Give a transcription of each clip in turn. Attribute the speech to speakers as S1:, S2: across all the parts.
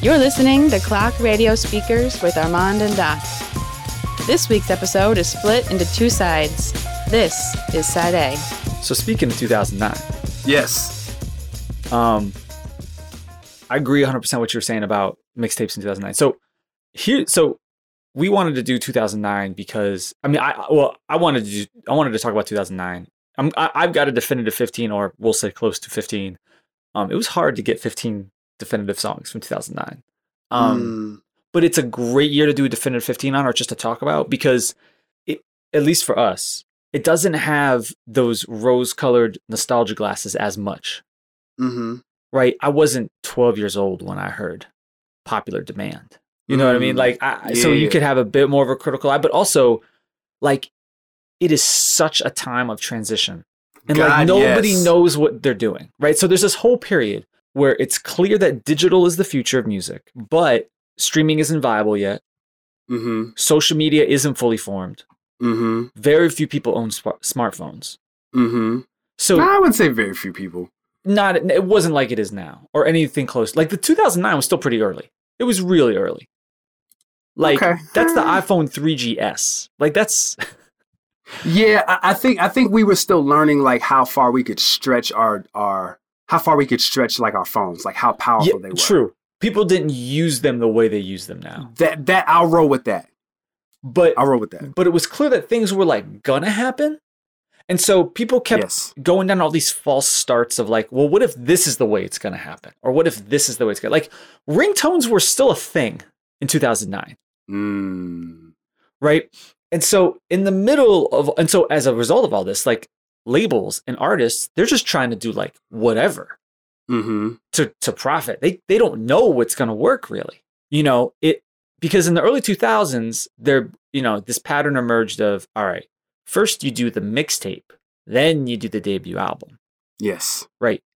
S1: You're listening to Clock Radio Speakers with Armand and Doc. This week's episode is split into two sides. This is Side A.
S2: So speaking of 2009,
S3: Yes.
S2: um, I agree 100 percent what you were saying about mixtapes in 2009. So here, so we wanted to do 2009 because I mean, I I- well, I wanted to do, I wanted to talk about 2009. I'm, I, I've got a definitive 15, or we'll say close to 15. Um, it was hard to get 15 definitive songs from 2009. Um, but it's a great year to do a definitive 15 on or just to talk about because it, at least for us it doesn't have those rose colored nostalgia glasses as much
S3: mm-hmm.
S2: right i wasn't 12 years old when i heard popular demand you know what i mean
S3: Mm.
S2: like I, I- so you
S3: Yeah.
S2: could have a bit more of a critical eye but also like it is such a time of transition and like
S3: God,
S2: nobody
S3: yes.
S2: knows what they're doing right so there's this whole period where it's clear that digital is the future of music but streaming isn't viable yet
S3: Mm-hmm.
S2: social media isn't fully formed.
S3: Mm-hmm.
S2: Very few people own spa- smartphones.
S3: Mm-hmm.
S2: So
S3: I would say very few people.
S2: not it wasn't like it is now or anything close. Like the 2009 was still pretty early. It was really early. Like
S3: Okay.
S2: that's the
S3: Hmm.
S2: iPhone 3GS. Like that's
S3: Yeah, I, I think I think we were still learning like how far we could stretch our our how far we could stretch like our phones, like how powerful they
S2: yeah,
S3: were.
S2: true. People didn't use them the way they use them now.
S3: That that I'll roll with that.
S2: But
S3: I'll roll with that.
S2: but it was clear that things were like gonna happen. And so people kept
S3: Yes.
S2: going down all these false starts of like, well, what if this is the way it's going to happen? Or what if this is the way it's going to like ringtones were still a thing in 2009,
S3: Mm.
S2: right? And so in the middle of and so as a result of all this, like labels and artists, they're just trying to do like whatever
S3: Mm-hmm.
S2: to to profit. They they don't know what's going to work really. You know, it because in the early 2000s, there you know, this pattern emerged of all right, first you do the mixtape, then you do the debut album
S3: Yes.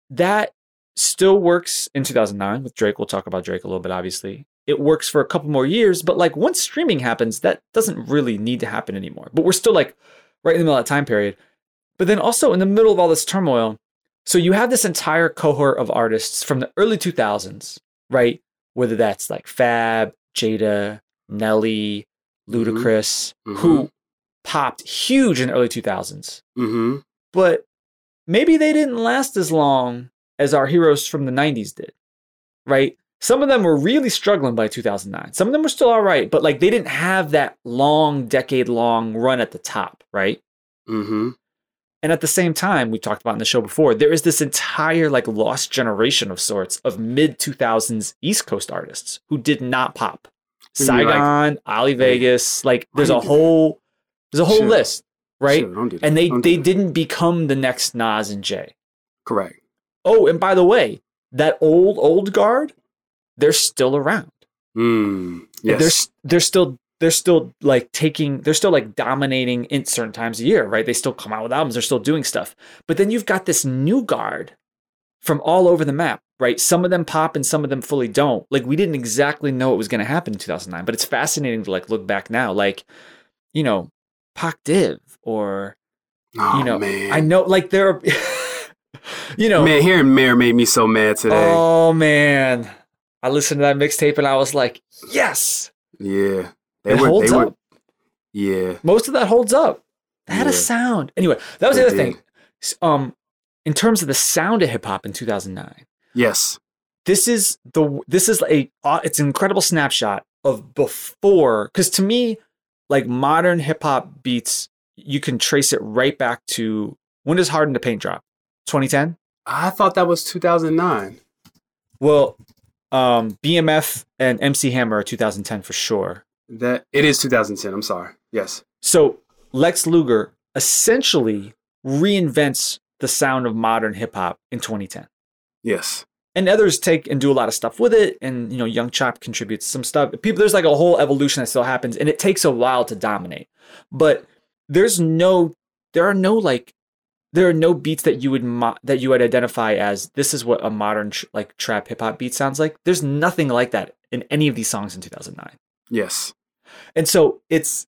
S2: that still works in 2009 with Drake. We'll talk about Drake a little bit, obviously. It works for a couple more years, but like once streaming happens, that doesn't really need to happen anymore. But we're still like right in the middle of that time period. But then also in the middle of all this turmoil, so you have this entire cohort of artists from the early 2000s, right? Whether that's like Fab, Jada, Nelly,
S3: Mhm.
S2: Ludacris, who popped huge in the early 2000s
S3: Mm-hmm.
S2: but maybe they didn't last as long as our heroes from the 90s did, right? Some of them were really struggling by 2009. Some of them were still all right, but like they didn't have that long, decade long run at the top, right?
S3: Mm-hmm.
S2: And at the same time, we talked about in the show before, there is this entire like lost generation of sorts of mid 2000s East Coast artists who did not pop.
S3: Who you like-
S2: Saigon, Ali Vegas, like there's a
S3: Why you do
S2: whole there's a whole
S3: Sure.
S2: list, right?
S3: Sure, don't do that.
S2: And they
S3: Don't do
S2: they
S3: that.
S2: didn't become the next Nas and Jay.
S3: Correct.
S2: Oh, and by the way, that old old guard, they're still around.
S3: Mm. Yes.
S2: They're s- they're still they're still like taking they're still like dominating in certain times a year, right? They still come out with albums, they're still doing stuff. But then you've got this new guard from all over the map, right? Some of them pop and some of them fully don't. Like we didn't exactly know what was going to happen in 2009, but it's fascinating to like look back now like you know, Pac Div or
S3: oh,
S2: you know,
S3: man.
S2: I know like there are you know
S3: Man, hearing Mayor made me so mad today.
S2: Oh man. I listened to that mixtape and I was like, yes.
S3: yeah. They
S2: it
S3: were
S2: holds
S3: they
S2: up.
S3: were Yeah.
S2: Most of that holds up. That had a
S3: Yeah.
S2: sound. Anyway, that was the
S3: It
S2: other thing.
S3: did.
S2: S- Um in terms of the sound of hip hop in 2009.
S3: Yes.
S2: This is the this is a uh, it's an incredible snapshot of before cuz to me like modern hip hop beats you can trace it right back to when does Harden to Paint drop? 2010?
S3: I thought that was 2009.
S2: Well, um BMF and MC Hammer are 2010 for sure.
S3: That it is 2010. I'm sorry. Yes.
S2: So Lex Luger essentially reinvents the sound of modern hip hop in 2010.
S3: Yes.
S2: And others take and do a lot of stuff with it. And, you know, Young Chop contributes some stuff. People, there's like a whole evolution that still happens and it takes a while to dominate. But there's no, there are no like, there are no beats that you would mo- that you would identify as this is what a modern tr- like trap hip hop beat sounds like. There's nothing like that in any of these songs in 2009.
S3: Yes.
S2: And so it's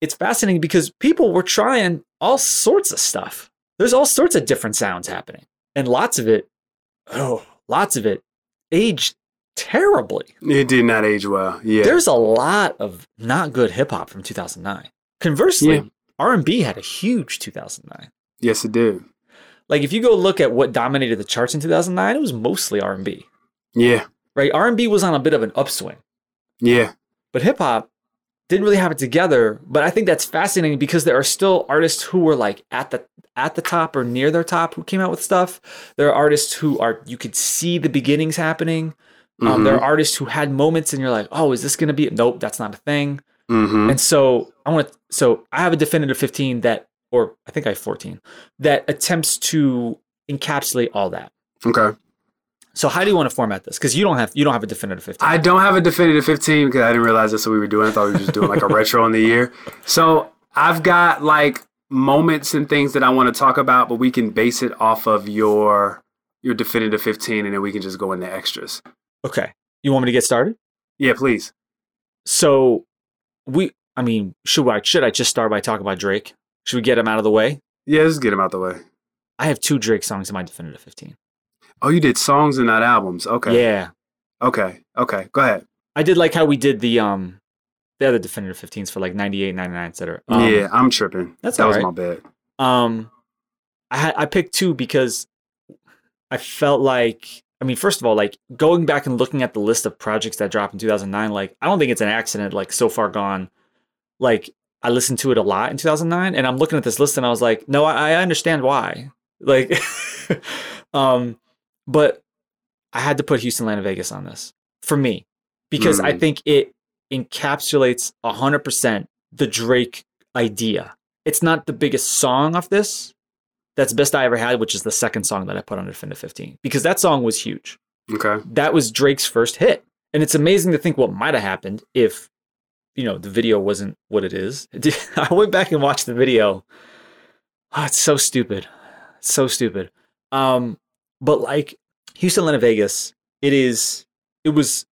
S2: it's fascinating because people were trying all sorts of stuff. There's all sorts of different sounds happening. And lots of it, oh, lots of it aged terribly.
S3: It did not age well. Yeah.
S2: There's a lot of not good hip hop from 2009. Conversely,
S3: Yeah.
S2: R&B had a huge 2009.
S3: yes, it did.
S2: Like if you go look at what dominated the charts in 2009, it was mostly R&B.
S3: Yeah.
S2: Right? R&B was on a bit of an upswing,
S3: Yeah.
S2: but hip hop didn't really have it together, but I think that's fascinating because there are still artists who were like at the at the top or near their top who came out with stuff. There are artists who are you could see the beginnings happening.
S3: Mm-hmm.
S2: Um, there are artists who had moments and you're like, "Oh, is this going to be it?" Nope, that's not a thing.
S3: hmm
S2: And so I want to. So I have a definitive 15 that, or I think I have 14 that attempts to encapsulate all that.
S3: Okay.
S2: So how do you want to format this? Because you don't have you don't have a definitive 15.
S3: I don't have a definitive 15 because I didn't realize that's what we were doing. I thought we were just doing like a retro on the year. So I've got like moments and things that I want to talk about, but we can base it off of your your definitive 15 and then we can just go into extras.
S2: okay, you want me to get started?
S3: Yeah, please.
S2: So we, I mean, should I should I just start by talking about Drake? Should we get him out of the way?
S3: Yeah, let's get them out the way.
S2: I have two Drake songs in my definitive 15.
S3: Oh, you did songs and not albums. Okay.
S2: Yeah,
S3: Okay. Okay. Go ahead.
S2: I did like how we did the um the other definitive 15s for like 98, 99, et cetera. Um,
S3: yeah, I'm tripping.
S2: that's
S3: that was
S2: alright.
S3: my bad.
S2: Um, I had I picked two because I felt like I mean, first of all, like going back and looking at the list of projects that dropped in 2009, like I don't think it's an accident. Like so far gone, like I listened to it a lot in 2009, and I'm looking at this list and I was like, no, I, I understand why. Like, um, but I had to put Houston, Atlanta, Vegas on this for me because I
S3: Mm.
S2: think it encapsulates 100% the Drake idea it's not the biggest song off this. That's best I ever had, which is the second song that I put on Definitive 15 because that song was huge.
S3: Okay.
S2: That was Drake's first hit, and it's amazing to think what might have happened if, you know, the video wasn't what it is. I went back and watched the video. Oh, it's so stupid, It's so stupid. Um, but like Houston, Atlanta, Vegas, it is. It was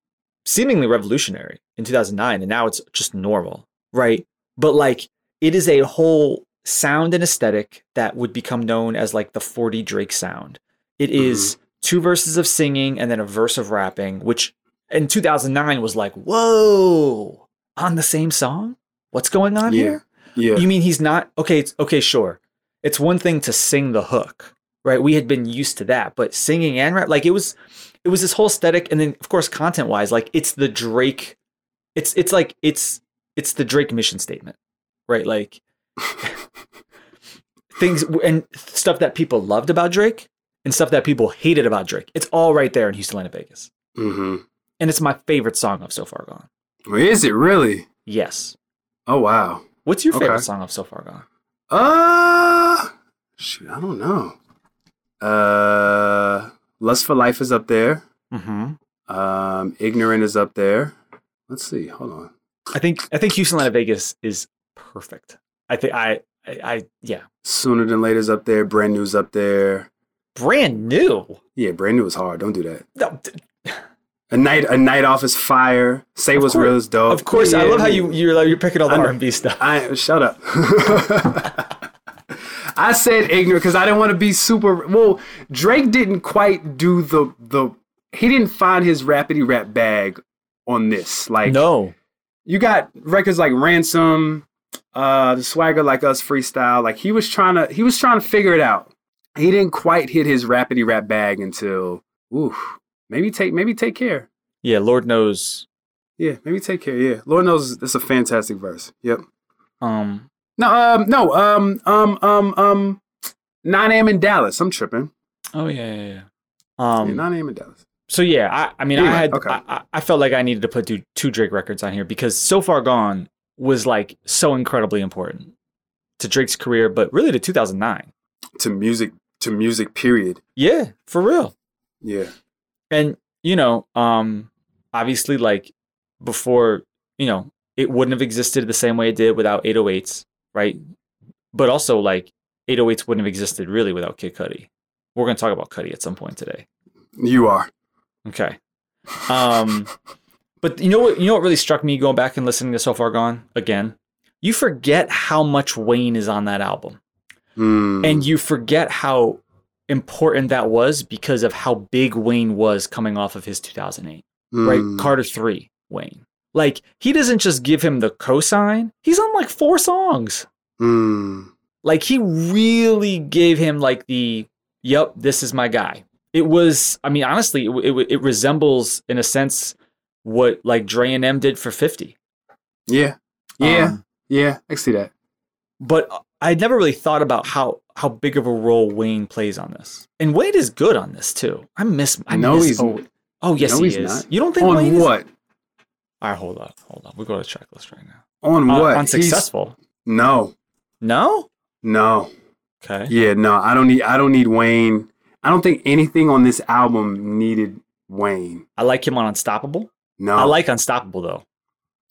S2: seemingly revolutionary in 2009, and now it's just normal, right? But like it is a whole sound and aesthetic that would become known as like the 40 Drake sound. It is two verses of singing and then a verse of rapping, which in 2009 was like, whoa, on the same song? What's going on
S3: Yeah.
S2: here?
S3: Yeah.
S2: You mean he's not okay? It's, okay, sure. It's one thing to sing the hook, right? We had been used to that, but singing and rap, like it was, it was this whole aesthetic, and then of course content wise, like it's the Drake, it's it's like it's it's the Drake mission statement, right? Like things and stuff that people loved about Drake and stuff that people hated about Drake. It's all right there in Houston, Atlanta, Vegas,
S3: mm-hmm.
S2: and it's my favorite song of So Far Gone.
S3: is it really?
S2: Yes.
S3: Oh wow.
S2: What's your favorite
S3: Okay.
S2: song of So Far Gone?
S3: Uh shoot, I don't know. Uh Lust for Life is up there.
S2: Mm-hmm.
S3: Um Ignorant is up there. Let's see. Hold on.
S2: I think I think Houston, Atlanta, Vegas is perfect. I think I, I I yeah,
S3: Sooner than later is up there. Brand new's up there.
S2: brand new.
S3: Yeah, brand new is hard. Don't do that.
S2: No, d-
S3: A night a night off is fire. Say
S2: Of
S3: what's
S2: course-
S3: real is dope.
S2: Of course, I
S3: Yeah,
S2: love how
S3: yeah.
S2: you you're like, you're picking all the
S3: I know.
S2: R and B stuff.
S3: I shut up. I said ignorant because I didn't want to be super. Well, Drake didn't quite do the the. He didn't find his rapidy rap bag on this. Like
S2: No,
S3: you got records like Ransom, uh, the Swagger Like Us freestyle. Like he was trying to he was trying to figure it out. He didn't quite hit his rapidy rap bag until ooh maybe take maybe take care.
S2: yeah, Lord knows.
S3: Yeah, maybe take care. Yeah, Lord knows it's a fantastic verse. Yep.
S2: Um,
S3: No, um, no, um, um, um, um, 9 a.m. in Dallas. I'm tripping.
S2: oh yeah, yeah, yeah.
S3: yeah,
S2: Um,
S3: 9 a.m. in Dallas.
S2: so yeah, I, I mean, I
S3: Anyway,
S2: had
S3: okay.
S2: I, I- I felt like I needed to put two, two Drake records on here because so far gone was like so incredibly important to Drake's career, but really to 2009.
S3: To music, to music, period.
S2: Yeah, for real.
S3: Yeah.
S2: and you know um obviously like before you know it wouldn't have existed the same way it did without 808s right but also like 808s wouldn't have existed really without Kid Cudi we're going to talk about Cudi at some point today
S3: You are.
S2: okay um but you know what you know what really struck me going back and listening to So Far Gone again you forget how much Wayne is on that album
S3: Mm.
S2: and you forget how important that was because of how big Wayne was coming off of his 2008 right?
S3: Mm.
S2: Carter three, Wayne. Like he doesn't just give him the cosign. He's on like four songs.
S3: Mm.
S2: Like he really gave him like the, yep, this is my guy. It was, I mean, honestly, it w- it, w- it resembles in a sense what like Dre and M did for Fifty.
S3: Yeah. Yeah.
S2: Um,
S3: yeah. I see that.
S2: but I never really thought about how how big of a role Wayne plays on this. And Wayne is good on this too. I miss. I
S3: No,
S2: miss
S3: he's-
S2: Owen. Oh yes,
S3: no,
S2: he
S3: he's
S2: is.
S3: not.
S2: You don't think
S3: On
S2: Wayne is-
S3: what?
S2: All right, hold up, hold up. We go to the checklist right now.
S3: On
S2: On-
S3: what?
S2: On
S3: He's-
S2: successful.
S3: No.
S2: No.
S3: No.
S2: Okay.
S3: Yeah, no, I don't need I don't need Wayne. I don't think anything on this album needed Wayne.
S2: I like him on Unstoppable.
S3: No.
S2: I like Unstoppable though.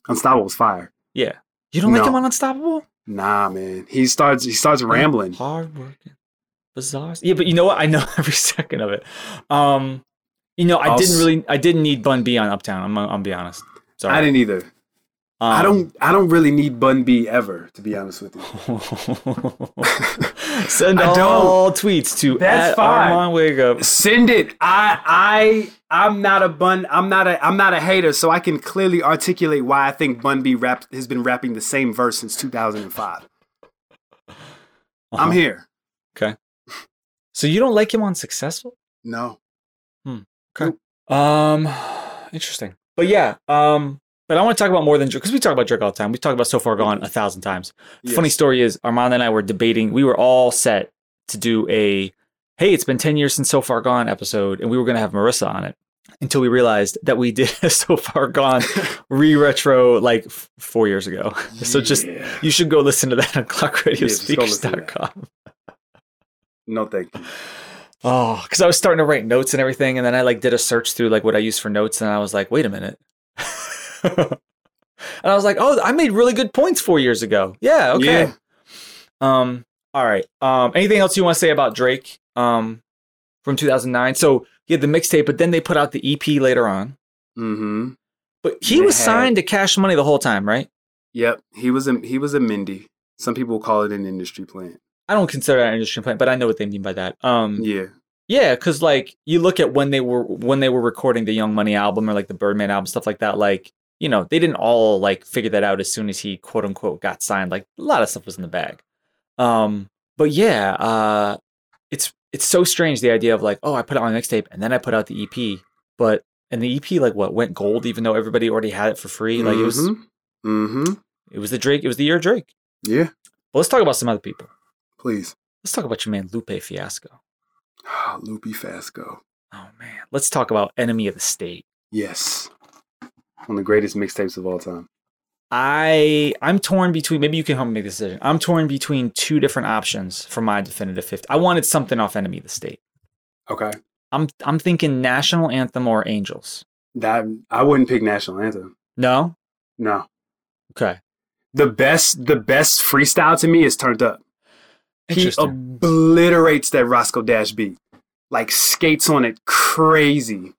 S3: Unstable's fire.
S2: Yeah. You don't like
S3: No.
S2: him on Unstoppable?
S3: Nah, man. He starts he starts rambling.
S2: Hard working. Bizarre. Yeah, but you know what? I know every second of it. Um, you know, I
S3: I'll
S2: didn't
S3: s-
S2: really, I didn't need Bun B on Uptown. I'm, I'm be honest. Sorry.
S3: I didn't either.
S2: Um,
S3: I don't I don't really need Bun B ever, to be honest with you.
S2: Send
S3: I don't.
S2: all tweets to
S3: That's
S2: at
S3: fine.
S2: Armand Wake Up.
S3: Send it. I I I'm not a bun I'm not a I'm not a hater, so I can clearly articulate why I think Bun B rap has been rapping the same verse since 2005. I'm here.
S2: So you don't like him on Successful?
S3: No.
S2: Um, interesting. But yeah, um, but I want to talk about more than because we talk about Drake all the time. We talk about So Far Gone a thousand times.
S3: Yes.
S2: Funny story is Armand and I were debating. We were all set to do a hey, it's been ten years since So Far Gone episode, and we were going to have Marissa on it until we realized that we did a So Far Gone re retro like f- four years ago. So just
S3: Yeah.
S2: You should go listen to that on
S3: just go listen to that.
S2: clockradiospeakers.com.
S3: No thank you.
S2: Oh, because I was starting to write notes and everything, and then I like did a search through like what I use for notes, and I was like, wait a minute. and I was like, oh, I made really good points four years ago. Yeah, okay.
S3: Yeah.
S2: Um, all right. Um, anything else you want to say about Drake? Um, from 2009. So he had the mixtape, but then they put out the EP later on.
S3: Mm-hmm.
S2: But he
S3: They
S2: was
S3: had-
S2: signed to Cash Money the whole time, right?
S3: Yep, he was a he was a Mindy. Some people call it an industry plant.
S2: I don't consider that an industry complaint, but I know what they mean by that. Um,
S3: Yeah,
S2: Yeah, because like you look at when they were when they were recording the Young Money album or like the Birdman album stuff like that. Like you know they didn't all like figure that out as soon as he quote unquote got signed. Like a lot of stuff was in the bag. Um, but yeah, uh, it's it's so strange the idea of like oh I put out my mixtape and then I put out the EP, but and the EP like what went gold even though everybody already had it for free. Like it was
S3: Mm-hmm.
S2: it was the Drake it was the year of Drake.
S3: Yeah,
S2: But let's talk about some other people.
S3: please. Ah,
S2: Let's talk about your man Lupe Fiasco.
S3: Loopy Fasco.
S2: Oh man, let's talk about Enemy of the State.
S3: Yes, one of the greatest mixtapes of all time.
S2: I I'm torn between maybe you can help me make this decision. I'm torn between two different options for my definitive 50. I wanted something off Enemy of the State.
S3: Okay,
S2: I'm I'm thinking National Anthem or Angels.
S3: that I wouldn't pick National Anthem.
S2: No?
S3: No,
S2: Okay.
S3: the best the best freestyle to me is Turned Up. He
S2: Interesting.
S3: obliterates that Roscoe Dash beat, like skates on it crazy.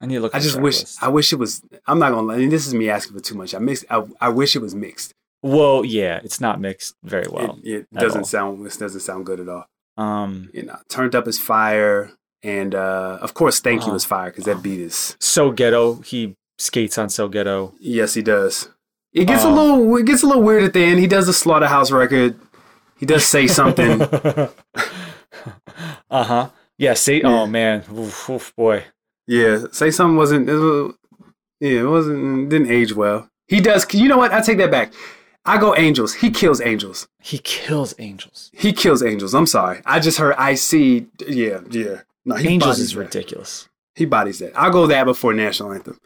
S2: I need to look
S3: I
S2: at
S3: just
S2: the
S3: wish
S2: tracklist.
S3: I wish it was. I'm not gonna. lie, And this is me asking for too much. I mixed. I, I wish it was mixed.
S2: Well, yeah, it's not mixed very well.
S3: it, it
S2: at all.
S3: doesn't sound this doesn't sound good at all.
S2: um
S3: You know, turned up is fire, and uh, of course, thank
S2: Oh.
S3: you is fire because that beat is
S2: So Ghetto, he skates on So Ghetto.
S3: yes, he does. Um, It gets
S2: Oh.
S3: a little it gets a little weird at the end. He does the slaughterhouse record. He does say something.
S2: uh-huh. Yeah, say
S3: Yeah.
S2: oh man. Oof, oof, boy.
S3: yeah, say something wasn't. It was, yeah, it wasn't didn't age well. He does. You know what? I take that back. I go angels. He kills angels.
S2: He kills Angels.
S3: He kills angels. I'm sorry. I just heard I see. Yeah, yeah. No, he
S2: Angels
S3: bodies
S2: is
S3: that.
S2: ridiculous.
S3: He bodies that. I'll go that before national anthem.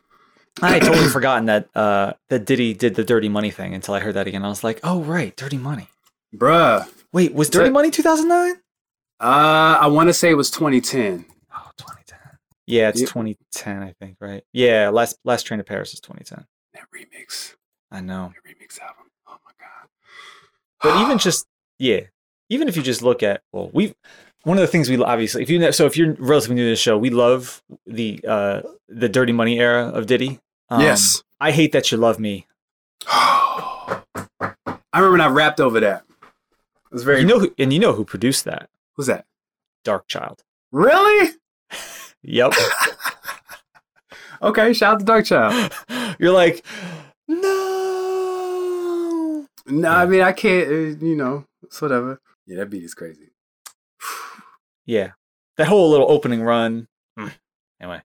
S2: I had totally forgotten that uh, that Diddy did the Dirty Money thing until I heard that again. I was like, oh right, Dirty Money.
S3: Bruh.
S2: Wait, was Dirty
S3: That-
S2: Money 2009?
S3: Uh, I want to say it was 2010.
S2: Oh, 2010. Yeah, it's
S3: Yep.
S2: 2010, I think. Right? Yeah, last last train to Paris is 2010.
S3: That remix,
S2: I know,
S3: that remix album. Oh my god!
S2: but even just yeah, even if you just look at well, we have one of the things we obviously if you know so if you're relatively new to the show, we love the uh the Dirty Money era of Diddy. Um,
S3: yes,
S2: I hate that you love me.
S3: I remember when I rapped over that. It was very.
S2: You know who, and you know who produced that?
S3: what's that?
S2: Dark Child.
S3: Really?
S2: Yep.
S3: Okay, shout out to Dark Child.
S2: You're like, no.
S3: No, I mean I can't. uh, You know, it's whatever. Yeah, that beat is crazy.
S2: Yeah, that whole little opening run. Mm. Anyway,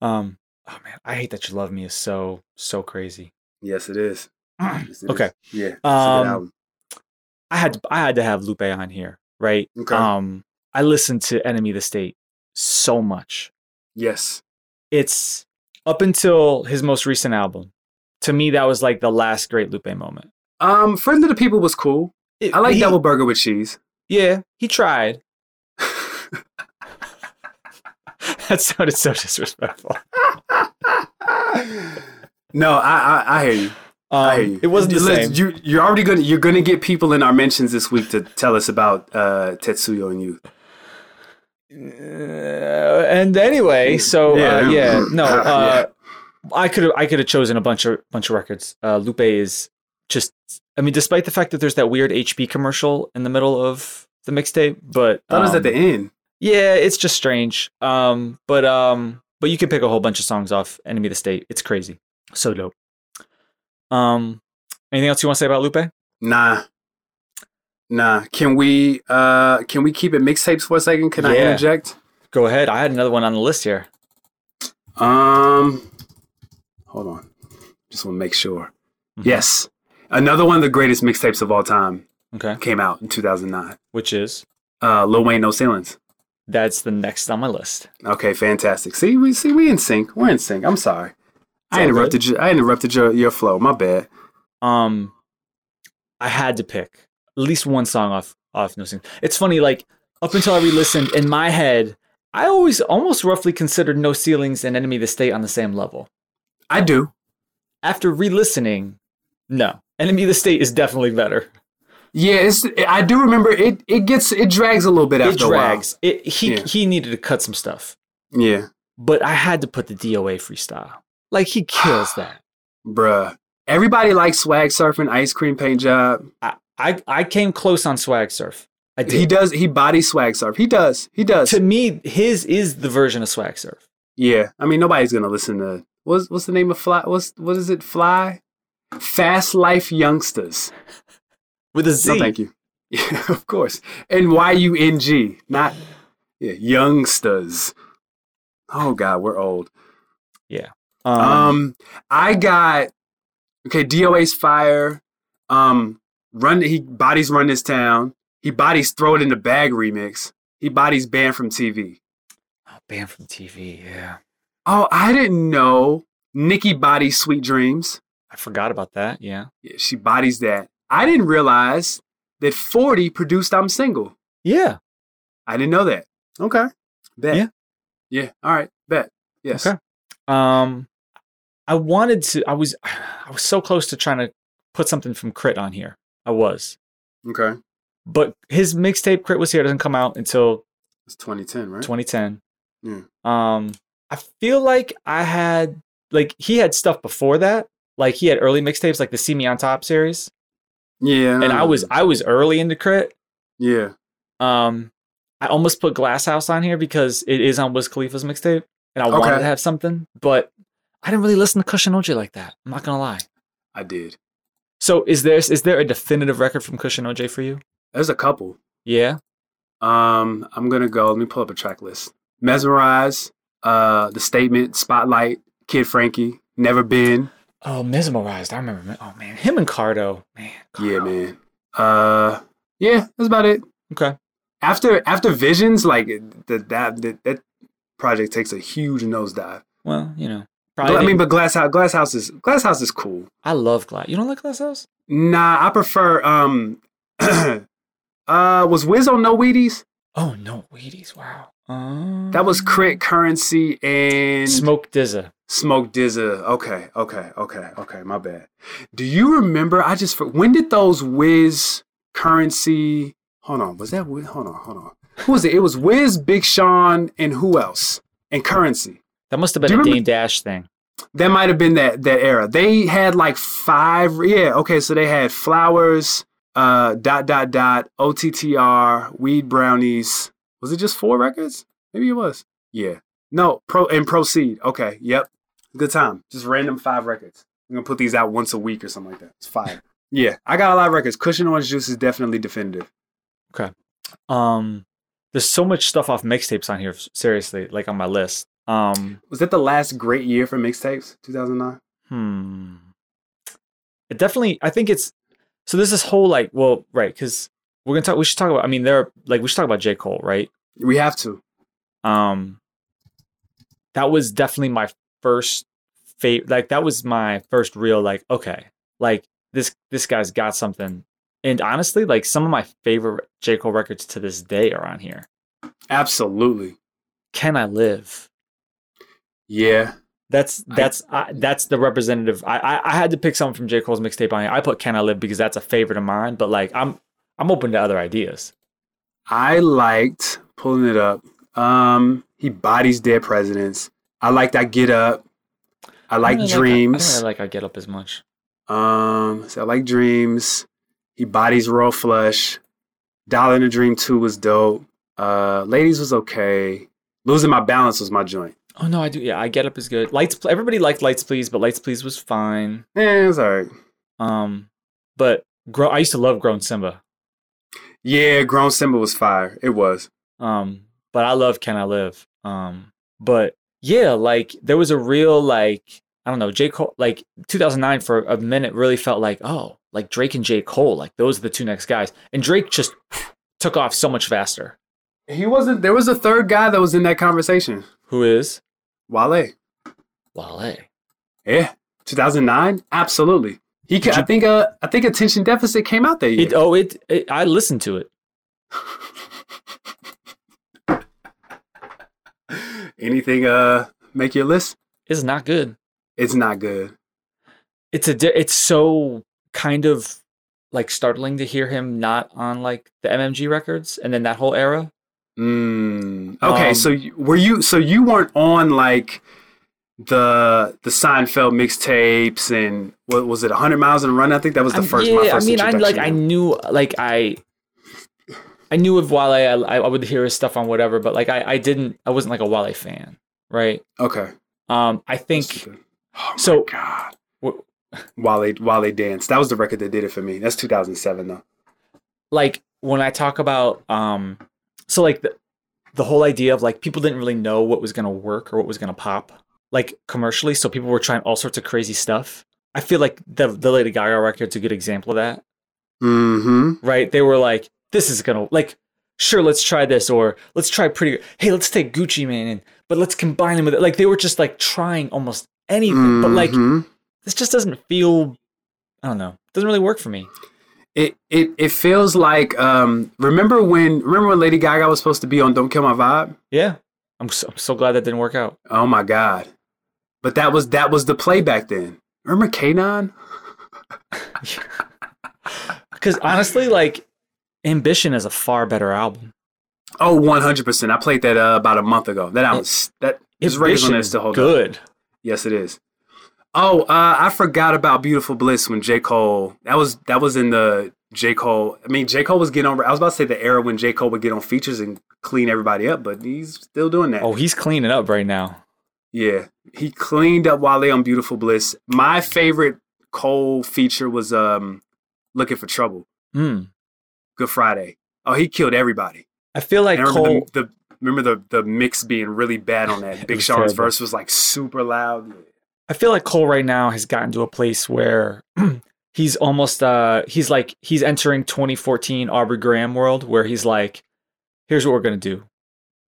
S2: um, oh man, I hate that you love me is so so crazy.
S3: Yes, it is. Yes, it
S2: okay,
S3: is. Yeah. it's a good
S2: Um,
S3: album.
S2: I had to, I had to have Lupe on here, right?
S3: Okay.
S2: Um, I listened to Enemy of the State so much.
S3: Yes.
S2: It's up until his most recent album. To me, that was like the last great Lupe moment.
S3: Um, friend of the people was cool.
S2: It-
S3: I like
S2: he-
S3: double burger with cheese.
S2: Yeah, he tried. that sounded so disrespectful.
S3: no, I, I I hear you. I hear
S2: Um,
S3: you.
S2: it wasn't the same.
S3: Listen, You you're already gonna you're gonna get people in our mentions this week to tell us about uh, Tetsuyo and you.
S2: Uh, and anyway, so yeah, uh,
S3: Yeah.
S2: yeah no,
S3: Yeah.
S2: uh, I could have I could have chosen a bunch of bunch of records. Uh, Lupe is just, I mean, despite the fact that there's that weird HP commercial in the middle of the mixtape, but
S3: That was
S2: um,
S3: at the end.
S2: yeah, it's just strange. Um, but um, but you can pick a whole bunch of songs off Enemy of the State. It's crazy, so dope. Um, anything else you want to say about Lupe?
S3: Nah. Nah. Can we uh can we keep it mixtapes for a second? Can I
S2: Yeah.
S3: interject?
S2: Go ahead. I had another one on the list here.
S3: Um hold on. Just wanna make sure.
S2: Mhm.
S3: Yes. Another one of the greatest mixtapes of all time
S2: Okay,
S3: came out in 2009.
S2: which is
S3: Uh, Lil Wayne, No Ceilings.
S2: that's the next on my list.
S3: Okay, fantastic. See, we see we in sync. We're in sync. I'm sorry. I
S2: all good.
S3: interrupted. You, I interrupted your, your flow. My bad.
S2: um I had to pick at least one song off off No Ceilings. It's funny, like up until I re-listened in my head, I always almost roughly considered No Ceilings and Enemy of the State on the same level.
S3: I do.
S2: After re-listening, no, Enemy of the State is definitely better.
S3: Yeah, it's. I do remember it. It gets. It drags a little bit after
S2: it drags. It he
S3: Yeah.
S2: he needed to cut some stuff,
S3: a while. Yeah,
S2: but I had to put the DOA freestyle. Like he kills that.
S3: bruh. Everybody likes swag surfing, ice cream paint job.
S2: I I, I came close on Swag Surf. I did.
S3: He does. He body swag surf. He does. He does.
S2: to me, his is the version of Swag Surf.
S3: yeah. I mean, nobody's gonna listen to. What's what's the name of fly? What's what is it? Fly. Fast life youngsters.
S2: With a Z.
S3: No, thank you. Yeah, of course. And Y U N G, not yeah, youngsters. Oh God, we're old.
S2: Um,
S3: Um, I got okay. DOA's fire. Um, run. He bodies run this town. He bodies throw it in the bag remix. He bodies banned from TV.
S2: Oh, banned from TV. Yeah,
S3: Oh, I didn't know. Nikki bodies sweet dreams.
S2: I forgot about that. Yeah,
S3: Yeah, she bodies that. I didn't realize that 40 produced I'm single.
S2: yeah.
S3: I didn't know that. Okay. Bet.
S2: Yeah.
S3: Yeah. All right. Bet. Yes.
S2: Okay. Um, I wanted to. I was, I was so close to trying to put something from Crit on here. I was,
S3: Okay.
S2: but his mixtape Crit was here doesn't come out until
S3: It's 2010, right?
S2: 2010.
S3: Yeah.
S2: Um, I feel like I had like he had stuff before that. Like he had early mixtapes, like the See Me on Top series,
S3: yeah. um,
S2: and I was I was early into Crit.
S3: Yeah.
S2: Um, I almost put Glass House on here because it is on Wiz Khalifa's mixtape, and I wanted
S3: Okay.
S2: to have something, but I didn't really listen to Cushion OJ like that. I'm not gonna lie.
S3: I did.
S2: So is there is there a definitive record from Cushion OJ for you?
S3: There's a couple.
S2: Yeah.
S3: Um, I'm gonna go. Let me pull up a track list. Mesmerize. Uh, the statement. Spotlight. Kid Frankie. Never been.
S2: Oh, mesmerized. I remember. me- Oh man, him and Cardo. Man.
S3: Yeah,
S2: Cardo.
S3: man. Uh, yeah. That's about it.
S2: Okay.
S3: After after Visions, like the, that that that project takes a huge nosedive.
S2: Well, you know, probably.
S3: But, I
S2: I
S3: mean, but Glass House Glass House is Glass House is cool.
S2: I love Glass. You don't like Glass House?
S3: Nah, I prefer um uh was Wiz on No Wheaties?
S2: Oh no, Wheaties. Wow. Um,
S3: That was Crit Currency and
S2: Smoke Dizza.
S3: Smoke Dizza. Okay, okay, okay, okay, my bad. Do you remember I just for- when did those Wiz currency hold on, was that Wiz hold on, hold on. Who was it? It was Wiz, Big Sean, and who else? And currency.
S2: That must have
S3: Do
S2: been
S3: you
S2: a
S3: remember-
S2: Dame Dash thing.
S3: That might have been that that era. They had like five. Yeah, okay. So they had flowers, uh, dot dot dot, OTTR, weed brownies. Was it just four records? Maybe it was. Yeah. No. Pro and proceed. Okay. Yep. Good time. Just random five records. I'm gonna put these out once a week or something like that. It's fire. yeah, I got a lot of records. Cushion Orange Juice is definitely definitive.
S2: Um, there's so much stuff off mixtapes on here. Seriously, like on my list. Um,
S3: Was that the last great year for mixtapes? 2009.
S2: hmm. It definitely. I think it's. So there's this whole like, well, right? Because we're gonna talk. We should talk about. I mean, there are like we should talk about J Cole, right?
S3: We have to.
S2: um that was definitely my first favorite like that was my first real like okay like this this guy's got something and honestly like some of my favorite j cole records to this day are on here
S3: Absolutely.
S2: can i live
S3: Yeah.
S2: that's
S3: I-
S2: that's I, that's the representative I, I i had to pick something from j cole's mixtape on here i put can i live because that's a favorite of mine but like i'm i'm open to other ideas
S3: I liked pulling it up. Um, he bodies dead presidents. I liked I get up. I
S2: I don't really like,
S3: like
S2: Mm, I,
S3: dreams.
S2: don't really like i get up as much
S3: Um, so I like dreams. He bodies raw flush. Dollar in a Dream Two was dope. Uh, Ladies was okay. Losing my balance was my joint.
S2: oh no i do yeah i get up is good lights Pl- everybody liked lights please but lights please was fine
S3: Eh, it was alright.
S2: Um, but grow. I used to love Grown Simba.
S3: Yeah, Grown Simba was fire. It was.
S2: Um, but I love Can I Live. Um, but yeah, like there was a real like I don't know J Cole like 2009 for a minute really felt like oh like Drake and J Cole like those are the two next guys and Drake just took off so much faster.
S3: He wasn't. There was a third guy that was in that conversation.
S2: Who is
S3: Wale.
S2: Wale?
S3: Yeah, 2009. Absolutely. He. Ca- I think. Uh, I think attention deficit came out that year.
S2: It oh it, it I listened to it.
S3: Anything? Uh, make your list.
S2: It's not good.
S3: It's not good.
S2: It's a di- it's so kind of like startling to hear him not on like the MMG records and then that whole era.
S3: Mm, okay,
S2: Um,
S3: so you, were you? So you weren't on like the the Seinfeld mixtapes and what was it? 100 miles and a run. I think that was the
S2: I'm-
S3: first. my first
S2: I mean, I like I
S3: introduction.
S2: knew like I. I knew of Wale. I, I I would hear his stuff on whatever, but like I, I didn't. I wasn't like a Wale fan, right?
S3: Okay.
S2: Um, I think
S3: Stupid. Oh
S2: so-
S3: my God.
S2: w-
S3: Wale Wale dance. That was the record that did it for me. That's 2007 though.
S2: like when I talk about um, so like the the whole idea of like people didn't really know what was gonna work or what was gonna pop like commercially, so people were trying all sorts of crazy stuff. I feel like the the Lady Gaga record's a good example of that.
S3: Mm-hmm.
S2: right? They were like, this is gonna like, sure, let's try this, or let's try pretty. Hey, let's take Gucci Man, and but let's combine them with it. Like they were just like trying almost anything, but like
S3: Mm-hmm.
S2: this just doesn't feel. I don't know. doesn't really work for me.
S3: it it it feels like um remember when remember when Lady Gaga was supposed to be on Don't Kill My Vibe?
S2: Yeah, I'm so, I'm so glad that didn't work out.
S3: Oh my god. But that was that was the play back then. Remember Kanon?
S2: Because honestly, like, Ambition is a far better album.
S3: Oh, 100%. I played that uh, about a month ago. That album that his records on
S2: Ambition
S3: there
S2: is
S3: still hold up.
S2: good.
S3: Yes, it is. Oh, uh, I forgot about Beautiful Bliss when J. Cole. That was that was in the J. Cole. I mean, J. Cole was getting on. I was about to say the era when J. Cole would get on features and clean everybody up, but he's still doing that.
S2: Oh, he's cleaning up right now.
S3: Yeah, he cleaned up Wale on Beautiful Bliss. My favorite Cole feature was um Looking for Trouble,
S2: Hmm.
S3: Good Friday. Oh, he killed everybody.
S2: I feel like
S3: And I remember
S2: Cole.
S3: the, the remember the the mix being really bad on that. Big
S2: was
S3: Sean's
S2: terrible.
S3: verse was like super loud.
S2: I feel like Cole right now has gotten to a place where he's almost uh he's like he's entering 2014 Aubrey Graham world where he's like, here's what we're gonna do.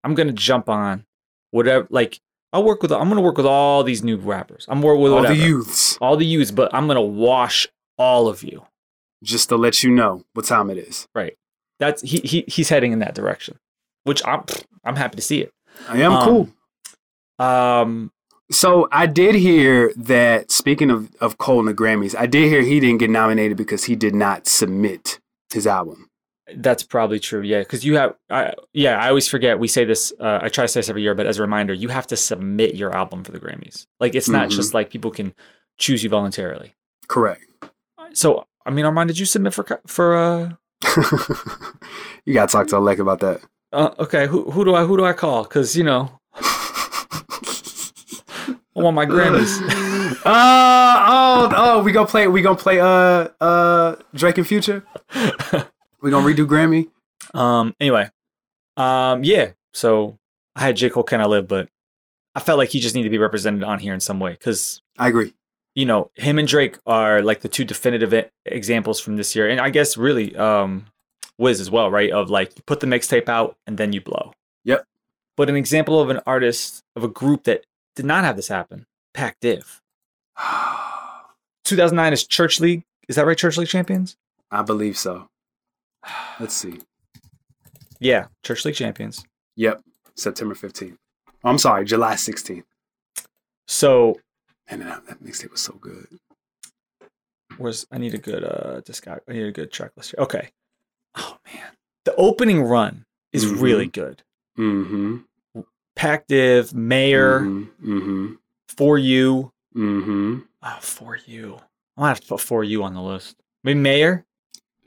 S2: I'm gonna jump on whatever like I'll work with I'm gonna work with all these new rappers. I'm working with
S3: All
S2: whatever.
S3: the youths,
S2: all the youths, but I'm gonna wash all of you.
S3: just to let you know what time it is.
S2: That's he he he's heading in that direction. Which I'm pfft, I'm happy to see it.
S3: I am
S2: Um,
S3: cool.
S2: Um
S3: So I did hear that. Speaking of of Cole and the Grammys, I did hear he didn't get nominated because he did not submit his album.
S2: That's probably true. Yeah, because you have, I, yeah, I always forget. We say this. Uh, I try to say this every year, but as a reminder, you have to submit your album for the Grammys. Like it's not
S3: Mhm.
S2: just like people can choose you voluntarily.
S3: Correct.
S2: So I mean, Armand, did you submit for co- for? Uh,
S3: you gotta talk to Alec about that.
S2: uh okay, who who do I who do I call? Because you know, I won my Grammys.
S3: Uh, oh, oh, we gonna play. We gonna play. Uh, uh, Drake and Future. We gonna redo Grammy.
S2: Um. Anyway. Um. Yeah. So I had J Cole "Can I Live," but I felt like he just needed to be represented on here in some way because
S3: I agree.
S2: you know him and Drake are like the two definitive e- examples from this year, and I guess really um Wiz as well, right? Of like you put the mixtape out and then you blow.
S3: Yep.
S2: But an example of an artist of a group that did not have this happen, Pac Div. 2009 is Church League. Is that right? Church League champions.
S3: I believe so. Let's see.
S2: Yeah, Church League champions.
S3: Yep, September fifteenth. Oh, I'm sorry, July sixteenth.
S2: So
S3: And that, that mixtape was so good.
S2: where's I need a good uh discog I need a good track list here. Okay. Oh man. The opening run is
S3: Mhm.
S2: really good.
S3: Mm-hmm.
S2: Pactive, Mayor,
S3: Mm-hmm.
S2: For You.
S3: Mm-hmm.
S2: Oh, For You. I'm gonna have to put For You on the list. Maybe Mayor.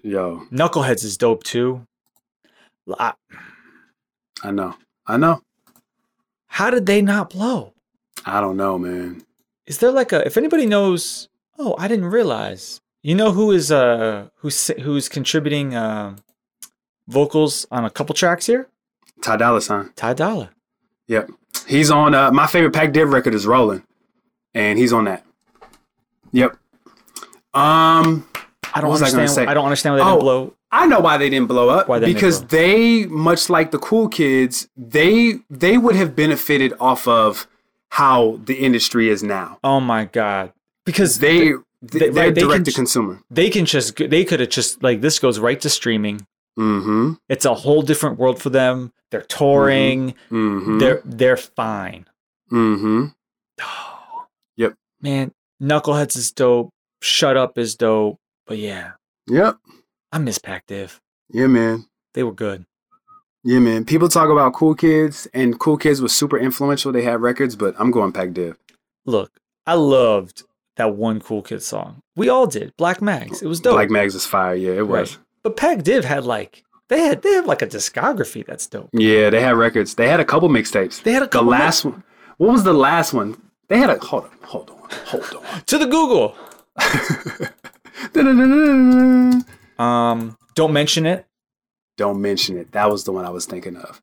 S3: Yo,
S2: Knuckleheads is dope too. ah, I-
S3: I know. I know.
S2: How did they not blow?
S3: I don't know, man.
S2: Is there like a if anybody knows? Oh, I didn't realize. You know who is uh who's si- who's contributing um vocals on a couple tracks here?
S3: Ty Dolla Sign.
S2: Ty Dolla.
S3: Yep. He's on uh my favorite Pac Div record is Rolling. And he's on that. Yep. Um
S2: I don't
S3: What was I gonna
S2: understand.
S3: say?
S2: I, don't understand why they didn't
S3: Oh.
S2: blow.
S3: I know why they didn't blow up
S2: Why they didn't
S3: because
S2: blow up.
S3: they much like the cool kids, they they would have benefited off of how the industry is now.
S2: Oh my god! Because they They-
S3: They, they,
S2: right,
S3: are
S2: they can
S3: direct to
S2: ch-
S3: consumer.
S2: they can just they could have just like this goes right to streaming.
S3: Mm-hmm.
S2: It's a whole different world for them. They're touring.
S3: Mm-hmm.
S2: They're they're fine.
S3: mm-hmm. Yep.
S2: Man, Knuckleheads is dope. Shut up is dope. But yeah,
S3: Yep.
S2: I miss Pac Div.
S3: Yeah, man.
S2: They were good.
S3: Yeah, man. People talk about Cool Kids, and Cool Kids was super influential. They had records, but I'm going Pac Div.
S2: Look, I loved that one Cool Kid song. We all did. Black Mags. It was dope.
S3: Black Mags is fire. Yeah, it was.
S2: But Pac Div had like they had they have like a discography that's dope.
S3: Yeah, they had records. They had a couple mixtapes.
S2: They had a
S3: The
S2: couple
S3: last one. What was the last one? They had a hold on, hold on, hold
S2: To the Google.
S3: on.
S2: Um, don't mention it.
S3: Don't mention it. That was the one I was thinking of.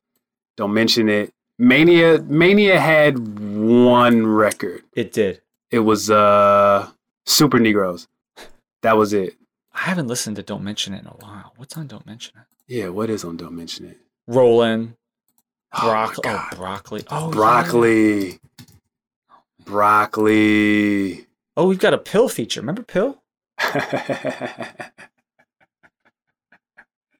S3: Don't mention it. Mania Mania had one record.
S2: It did.
S3: It was uh Super Negroes. That was it.
S2: I haven't listened to Don't Mention It in a while. What's on Don't Mention It?
S3: Yeah, what is on Don't Mention It?
S2: Roland,
S3: Oh my
S2: broccoli, oh,
S3: God.
S2: broccoli, oh yeah.
S3: broccoli. Broccoli.
S2: Oh, we've got a pill feature. Remember pill?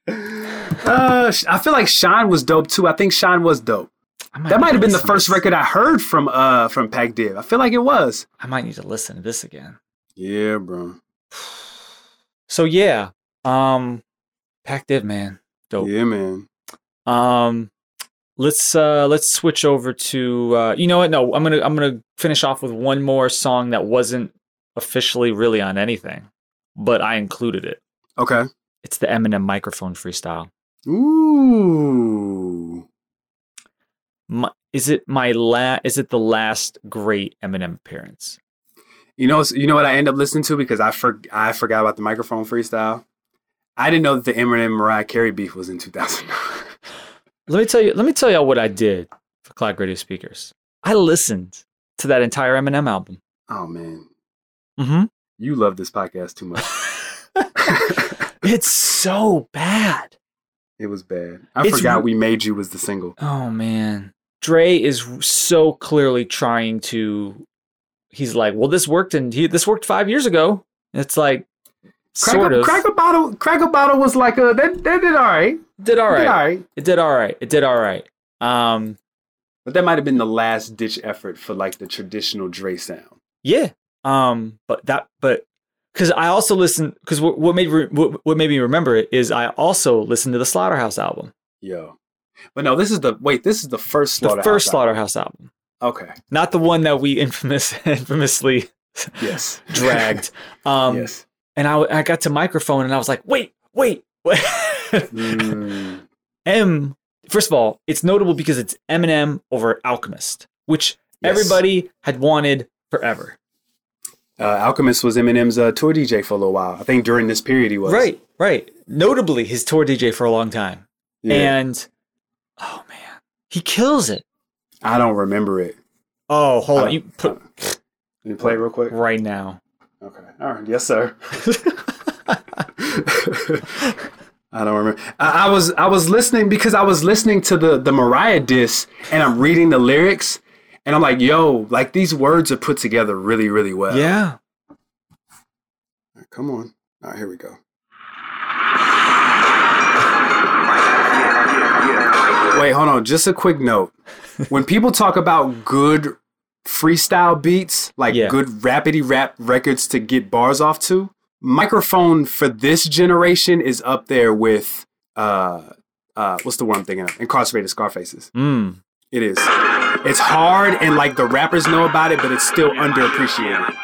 S3: uh, Sh- I feel like Shine was dope too. I think Shine was dope.
S2: I
S3: That might
S2: need to
S3: have been the
S2: listen to
S3: first
S2: this.
S3: record I heard from uh from Pac Div. I feel like it was.
S2: I might need to listen to this again.
S3: Yeah, bro.
S2: So yeah, um, Pac Div man, dope.
S3: Yeah, man.
S2: Um, let's uh let's switch over to uh you know what? No, I'm gonna I'm gonna finish off with one more song that wasn't officially really on anything, but I included it.
S3: Okay.
S2: It's the Eminem microphone freestyle.
S3: Ooh.
S2: my, is it my la is it the last great Eminem appearance?
S3: You know, you know what I end up listening to because I for, I forgot about the microphone freestyle. I didn't know that the Eminem Mariah Carey beef was in 2009.
S2: Let me tell you let me tell y'all what I did for Cloud Radio Speakers. I listened to that entire Eminem album.
S3: oh man, Mm-hmm.
S2: hmm
S3: you love this podcast too much.
S2: it's so bad.
S3: it was bad. I
S2: It's
S3: forgot
S2: re-
S3: we made you was the single.
S2: Oh man. Dre is so clearly trying to he's like, well, this worked and he this worked five years ago. It's like
S3: Crack,
S2: sort
S3: a,
S2: of
S3: crack a bottle. Crack a bottle was like a that, that did all right.
S2: did all
S3: All right. Did all
S2: right.
S3: right.
S2: It did all right. It did all right. Um
S3: But that might have been the last ditch effort for like the traditional Dre sound.
S2: Yeah. Um. But that. But because I also listened. Because what, what made re- what, what made me remember it is I also listened to the Slaughterhouse album,
S3: Yo. But no, this is the wait. This is the first
S2: the
S3: slaughter.
S2: first Slaughterhouse album,
S3: Okay.
S2: not the one that we infamous infamously
S3: Yes.
S2: dragged. Um.
S3: yes.
S2: And I w- I got to microphone and I was like, wait, wait, wait.
S3: Mm.
S2: M. First of all, it's notable because it's Eminem over Alchemist, which
S3: Yes.
S2: everybody had wanted forever.
S3: Uh, Alchemist was Eminem's uh, tour DJ for a little while. I think during this period he was.
S2: Right, right. Notably, his tour DJ for a long time,
S3: Yeah.
S2: and oh man, he kills it.
S3: I don't remember it.
S2: Oh, hold
S3: Oh.
S2: on, you put
S3: Can you play it real quick?
S2: right now.
S3: Okay. All right. Yes, sir. I don't remember. I, I was I was listening because I was listening to the the Mariah diss and I'm reading the lyrics and I'm like, yo, like these words are put together really, really well.
S2: Yeah,
S3: Come on. All right, here we go. Wait, hold on. Just a quick note. When people talk about good freestyle beats, like
S2: Yeah.
S3: good rapidy rap records to get bars off to, microphone for this generation is up there with uh uh what's the one I'm thinking of? Incarcerated Scarfaces.
S2: mm.
S3: It is. It's hard and like the rappers know about it, but it's still underappreciated.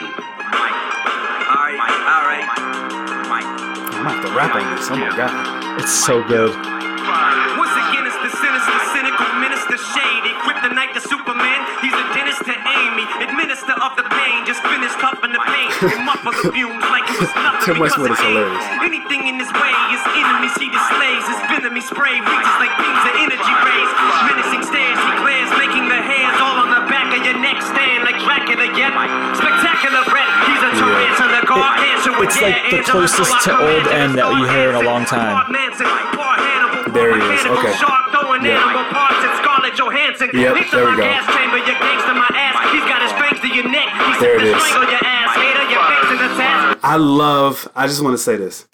S3: I'm not the rap on this. Oh my god.
S2: it's so good.
S4: Once again, it's the sinister, cynical minister, shady. Kryptonite to Superman, he's a dentist to Amy. Administer of the pain, just finished huffing the pain. And muffle the fumes like it was nothing.
S3: Tim Westwood
S4: because
S3: is
S4: of
S3: hilarious.
S4: AIDS. Anything in his way is enemies he displays. His venom he spray reaches like beams of energy rays. Menacing stares he glares, making the hairs all on the back of your neck stand like Dracula yet. Spectacular breath, he's a tarantula, guard answer with
S2: it's like
S4: yeah,
S2: the
S4: Angela,
S2: closest
S4: so I
S2: to Old
S4: command
S2: End that you hear in a long time.
S4: Mark Manson, poor Hannibal,
S3: There
S4: poor
S3: he is,
S4: mechanical
S3: okay.
S4: shark throwing
S3: Yeah.
S4: animal parts at Scarlett Johansson.
S3: Yep,
S4: Leap to
S3: there we
S4: my
S3: go.
S4: gas chamber, your gangster, my ass. He's got his fangs to your neck. He's
S3: There
S4: set
S3: it
S4: to
S3: is.
S4: strangle your ass. Hater, your face in the task.
S3: I love I just want to say this.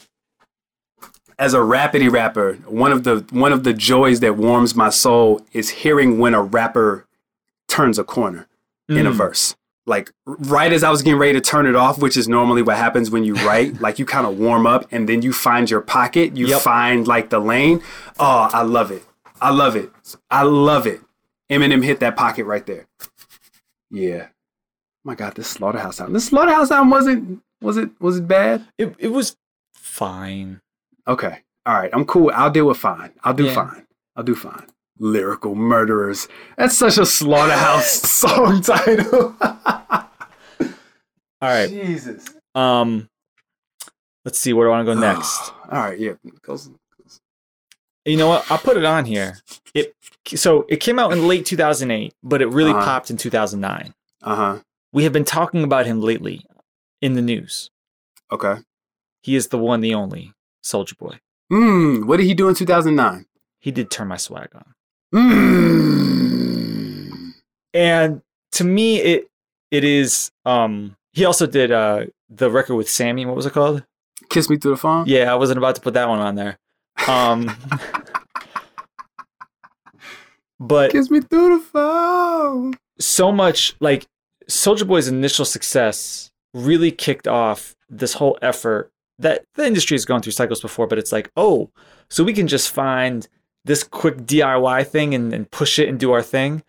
S3: As a rapidy rapper, one of the one of the joys that warms my soul is hearing when a rapper turns a corner in a verse. Like right as I was getting ready to turn it off, which is normally what happens when you write, like you kind of warm up and then you find your pocket, you
S2: Yep.
S3: find like the lane. Oh, I love it. I love it. I love it. Eminem hit that pocket right there. Yeah. Oh my God, this slaughterhouse sound. This slaughterhouse sound wasn't was it was it bad?
S2: It it was fine.
S3: Okay. All right. I'm cool. I'll deal with fine. I'll do
S2: Yeah.
S3: fine. I'll do fine. Lyrical murderers. That's such a slaughterhouse song title.
S2: All right.
S3: Jesus.
S2: Um, let's see where do I want to go next.
S3: All right. Yeah. Goes-
S2: you know what? I'll put it on here. It so it came out in late 2008, but it really
S3: Uh-huh.
S2: popped in 2009.
S3: Uh huh.
S2: We have been talking about him lately in the news.
S3: Okay.
S2: He is the one, the only Soldier Boy.
S3: Hmm. What did he do in 2009?
S2: He did turn my swag on,
S3: Hmm.
S2: and to me, it it is. Um, he also did uh the record with Sammy. What was it called?
S3: Kiss me through the phone.
S2: Yeah, I wasn't about to put that one on there. Um, but
S3: Kiss me through the phone.
S2: so much like Soldier Boy's initial success really kicked off this whole effort that the industry has gone through cycles before, but it's like, oh, so we can just find this quick DIY thing and, and push it and do our thing.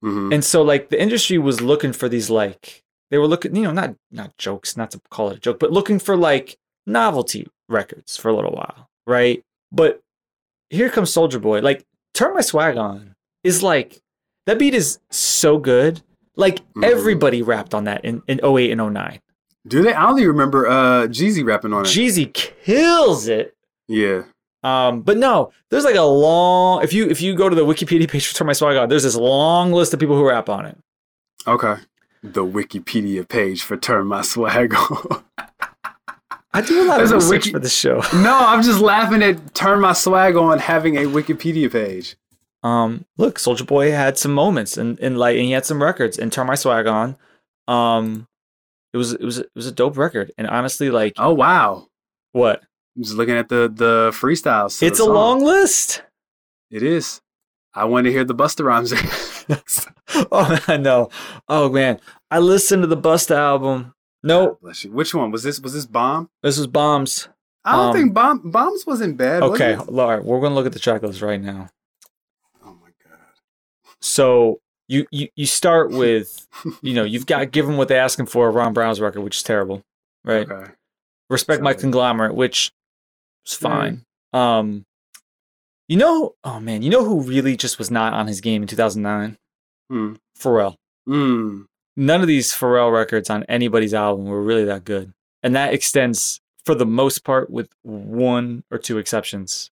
S3: hmm
S2: And so like the industry was looking for these like they were looking, you know, not not jokes, not to call it a joke, but looking for like novelty records for a little while, right? But here comes Soldier Boy. Like, turn my swag on is like that beat is so good. Like
S3: Mhm.
S2: everybody rapped on that in, in 08 and 09.
S3: Do they? I only remember uh Jeezy rapping on it.
S2: Jeezy kills it.
S3: yeah.
S2: Um, but no, there's like a long if you if you go to the Wikipedia page for Turn My Swag On, there's this long list of people who rap on it.
S3: Okay. The Wikipedia page for Turn My Swag On.
S2: I do a lot
S3: There's a
S2: of research
S3: wiki-
S2: for this show.
S3: no, I'm just laughing at Turn My Swag On having a Wikipedia page.
S2: um look soldier boy had some moments in in light and he had some records and turn my swag on um it was it was it was a dope record and honestly like
S3: Oh wow.
S2: what
S3: I'm just looking at the the freestyles. to
S2: it's
S3: the
S2: a
S3: song.
S2: long list
S3: It is. I want to hear the Busta Rhymes.
S2: oh i know oh man i listened to the bust album nope
S3: Bless you. Which one was this? Was this Bomb?
S2: this was bombs
S3: I don't
S2: Um,
S3: think Bomb Bombs wasn't bad. was
S2: okay
S3: it?
S2: laura we're gonna look at the track list right now
S3: Oh my god.
S2: so you you, you start with you know you've got give them what they ask him for ron brown's record which is terrible right
S3: Okay.
S2: respect my
S3: Sorry.
S2: conglomerate, which is fine. Um, you know, oh man, you know who really just was not on his game in 2009?
S3: Hmm.
S2: Pharrell.
S3: Mm.
S2: none of these Pharrell records on anybody's album were really that good. And that extends, for the most part, with one or two exceptions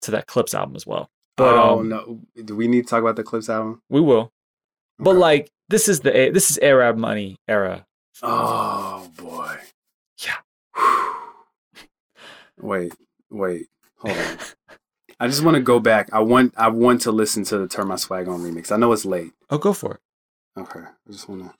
S2: to that Clips album as well. But
S3: oh
S2: um,
S3: no, do we need to talk about the Clips album?
S2: we will. But
S3: Okay.
S2: like, this is the e, this is Arab Money era.
S3: Oh boy.
S2: Yeah.
S3: wait, wait, hold on. I just want to go back. I want I want to listen to the Turn My Swag on remix. I know it's late.
S2: Oh, go for it.
S3: Okay. I just wanna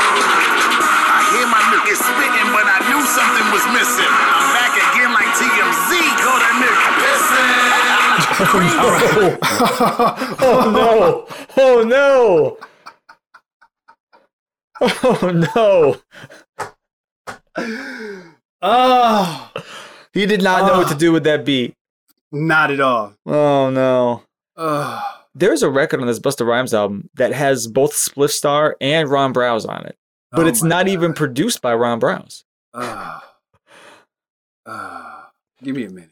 S5: I hear my milk is spitting, but I knew something was missing. I'm back again like TMZ. Go to milk pissing.
S2: Oh no! Oh no! Oh no!
S3: Oh
S2: Ah. He did not know what to do with that beat.
S3: not at all.
S2: Ah. Oh no!
S3: Ugh.
S2: There's a record on this Busta Rhymes album that has both Spliff Star and Ron Browse on it. but
S3: Oh
S2: it's
S3: my
S2: not
S3: God.
S2: even produced by Ron Browse.
S3: Ugh. Ugh. give me a minute.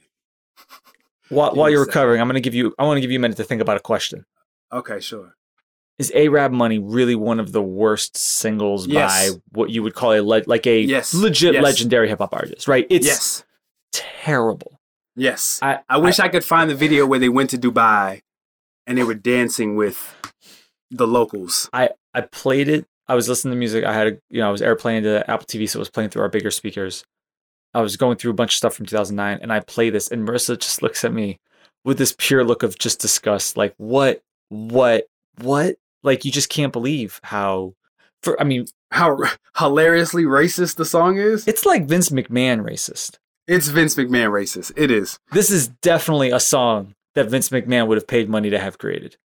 S2: While,
S3: Give
S2: while
S3: me a
S2: you're
S3: second.
S2: recovering, I'm gonna give you. I want to give you a minute to think about a question.
S3: Okay, sure.
S2: Is Arab Money really one of the worst singles
S3: Yes.
S2: by what you would call a le- like a
S3: Yes.
S2: legit
S3: Yes.
S2: legendary hip hop artist? Right? It's
S3: yes.
S2: terrible.
S3: Yes.
S2: I,
S3: I wish I could find the video where they went to Dubai and they were dancing with the locals.
S2: I I played it. I was listening to music. I had a, you know I was airplaying to Apple TV, so it was playing through our bigger speakers. I was going through a bunch of stuff from 2009, and I play this, and Marissa just looks at me with this pure look of just disgust, like what, what, what? Like you just can't believe how. For I mean,
S3: How r- hilariously racist the song is.
S2: it's like Vince McMahon racist.
S3: It's Vince McMahon racist. It is.
S2: This is definitely a song that Vince McMahon would have paid money to have created.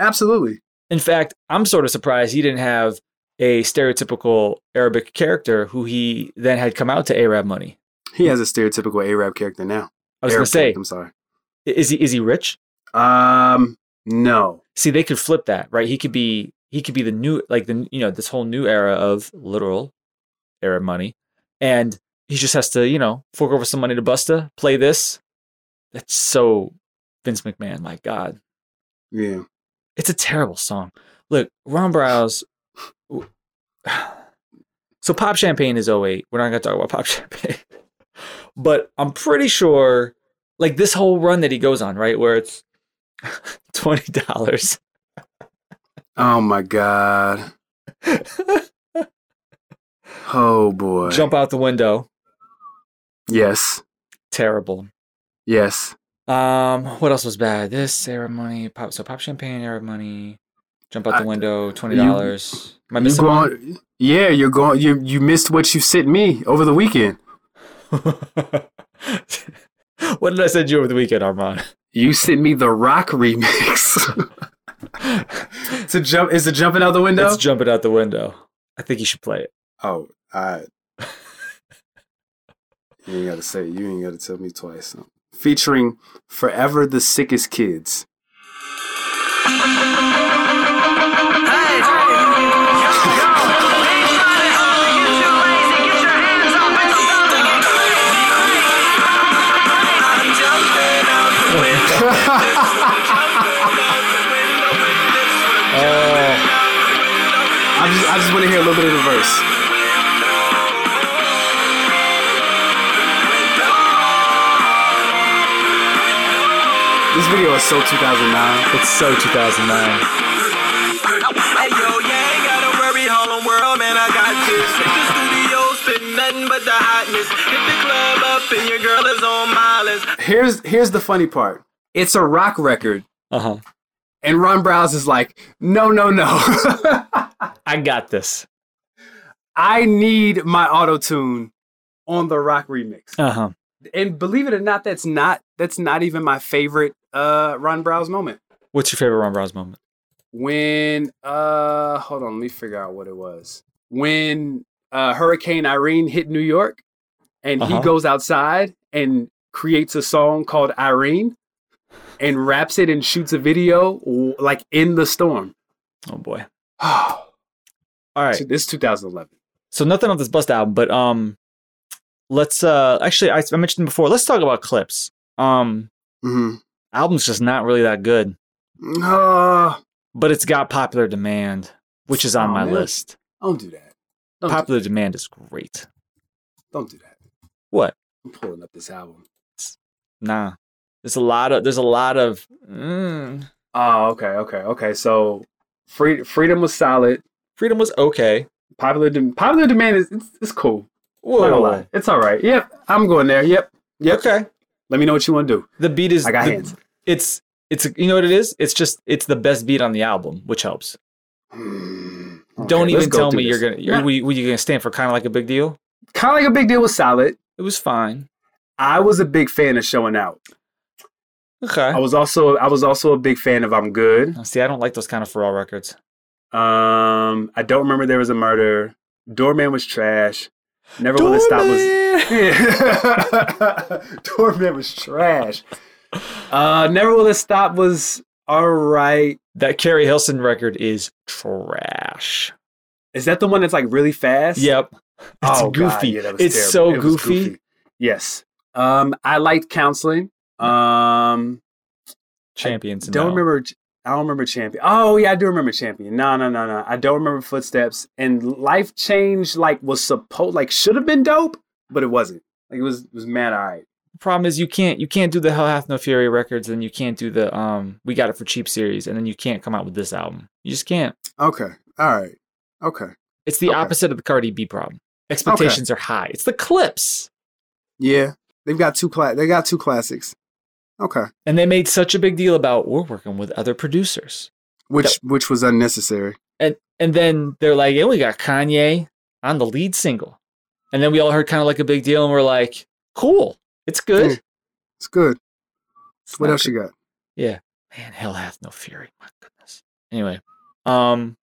S3: Absolutely.
S2: In fact, I'm sort of surprised he didn't have a stereotypical Arabic character who he then had come out to Arab money.
S3: He has a stereotypical Arab character now.
S2: I was going
S3: Arab
S2: to say,
S3: character, I'm sorry.
S2: i- is he is he rich?
S3: Um, no.
S2: See, they could flip that, right? He could be he could be the new like the you know this whole new era of literal Arab money, and he just has to you know fork over some money to Busta, play this. That's so Vince McMahon. My God,
S3: Yeah.
S2: it's a terrible song. Look, Ron Browse. So Pop Champagne is 08. We're not going to talk about Pop Champagne. but I'm pretty sure, like this whole run that he goes on, right, where it's $20.
S3: Oh my God. Oh boy.
S2: Jump out the window.
S3: Yes.
S2: Terrible.
S3: Yes.
S2: Um, what else was bad? This Arab money, pop so pop champagne, Arab money, jump out
S3: I-
S2: the window, twenty dollars. Am I
S3: You
S2: missing one?
S3: going? Yeah, you're going. You you missed what you sent me over the weekend.
S2: what did I send you over the weekend, Armand?
S3: You sent me the rock remix. to jump is it jumping out the window?
S2: Let's jump it out the window. I think you should play it.
S3: oh, I. you ain't gotta say. it. You ain't gotta tell me twice. Featuring forever the sickest kids.
S2: Oh,
S3: I just I just want to hear a little bit of the verse. This video is so 2009.
S2: It's so 2009.
S6: Hey yo, yeah, ain't gotta worry, Harlem world, man, I got this. Hit the studio, spitting nothing but the hotness. Hit the club up, and your girl is on my list.
S3: Here's here's the funny part. It's a rock record,
S2: Uh huh.
S3: and Ron Browse is like, no, no, no.
S2: I got this.
S3: I need my auto tune on the rock remix.
S2: Uh huh.
S3: And believe it or not, that's not that's not even my favorite uh Ron Browse moment.
S2: What's your favorite Ron Browse moment?
S3: When uh hold on, let me figure out what it was. When uh Hurricane Irene hit New York and
S2: Uh-huh.
S3: he goes outside and creates a song called Irene and raps it and shoots a video w- like in the storm.
S2: Oh boy.
S3: Oh,
S2: All right.
S3: This is 2011.
S2: So nothing on this bust album, but um, let's uh actually I, I mentioned before. Let's talk about clips. Um,
S3: Mm-hmm.
S2: album's just not really that good,
S3: Uh,
S2: but it's got popular demand, which is on
S3: Aw,
S2: my
S3: man.
S2: list.
S3: don't do that. Don't, do,
S2: Popular demand is great.
S3: don't do that.
S2: What?
S3: I'm pulling up this album.
S2: Nah. There's a lot of there's a lot of mm,
S3: Oh, okay, okay, okay. So, free, freedom was solid.
S2: freedom was okay.
S3: Popular, de- popular demand is it's, it's cool.
S2: Whoa.
S3: Not gonna lie. It's all right. Yep, I'm going there. Yep, yep.
S2: Okay.
S3: Let me know what you want to do.
S2: The beat is
S3: I got
S2: the-
S3: hands.
S2: it's it's you know what it is? It's just it's the best beat on the album, which helps. Don't even tell me you're gonna you're,
S3: Nah.
S2: were you, were you gonna stand for kind of like a big deal.
S3: Kind of like a big deal was solid.
S2: It was fine.
S3: I was a big fan of showing out.
S2: Okay.
S3: I was also I was also a big fan of I'm good.
S2: Now, See, I don't like those kind of Pharrell records.
S3: Um, I don't remember there was a murder. Doorman was trash. Never will it stop was. Yeah. Doorman was trash. Uh, Never Will It Stop was all right.
S2: That Carrie Hilson record is trash.
S3: Is that the one that's like really fast?
S2: Yep. It's
S3: Oh, God,
S2: goofy.
S3: yeah, that was
S2: it's
S3: terrible.
S2: so
S3: It was
S2: goofy.
S3: Yes. Um, I liked counseling. Um,
S2: Champions.
S3: don't
S2: no.
S3: remember. I don't remember champion. Oh yeah, I do remember champion. No, no, no, no. I don't remember footsteps. And life change like was supposed like should have been dope, but it wasn't. Like it was it was mad all right.
S2: The problem is you can't you can't do the Hell Hath No Fury records, and you can't do the um We Got It for Cheap series, and then you can't come out with this album. You just can't.
S3: Okay. All right. Okay.
S2: It's the
S3: Okay.
S2: opposite of the Cardi B problem. Expectations are high. It's the clips.
S3: Yeah. They've got two cla- they got two classics. Okay.
S2: And they made such a big deal about we're working with other producers.
S7: which which was unnecessary.
S2: and and then they're like, and we got Kanye on the lead single, and then we all heard kind of like a big deal, and we're like, cool, it's good.
S7: Mm, It's good.
S2: It's
S7: What
S2: not
S7: else you got?
S2: good. Man, hell hath no fury. My goodness. Anyway, um,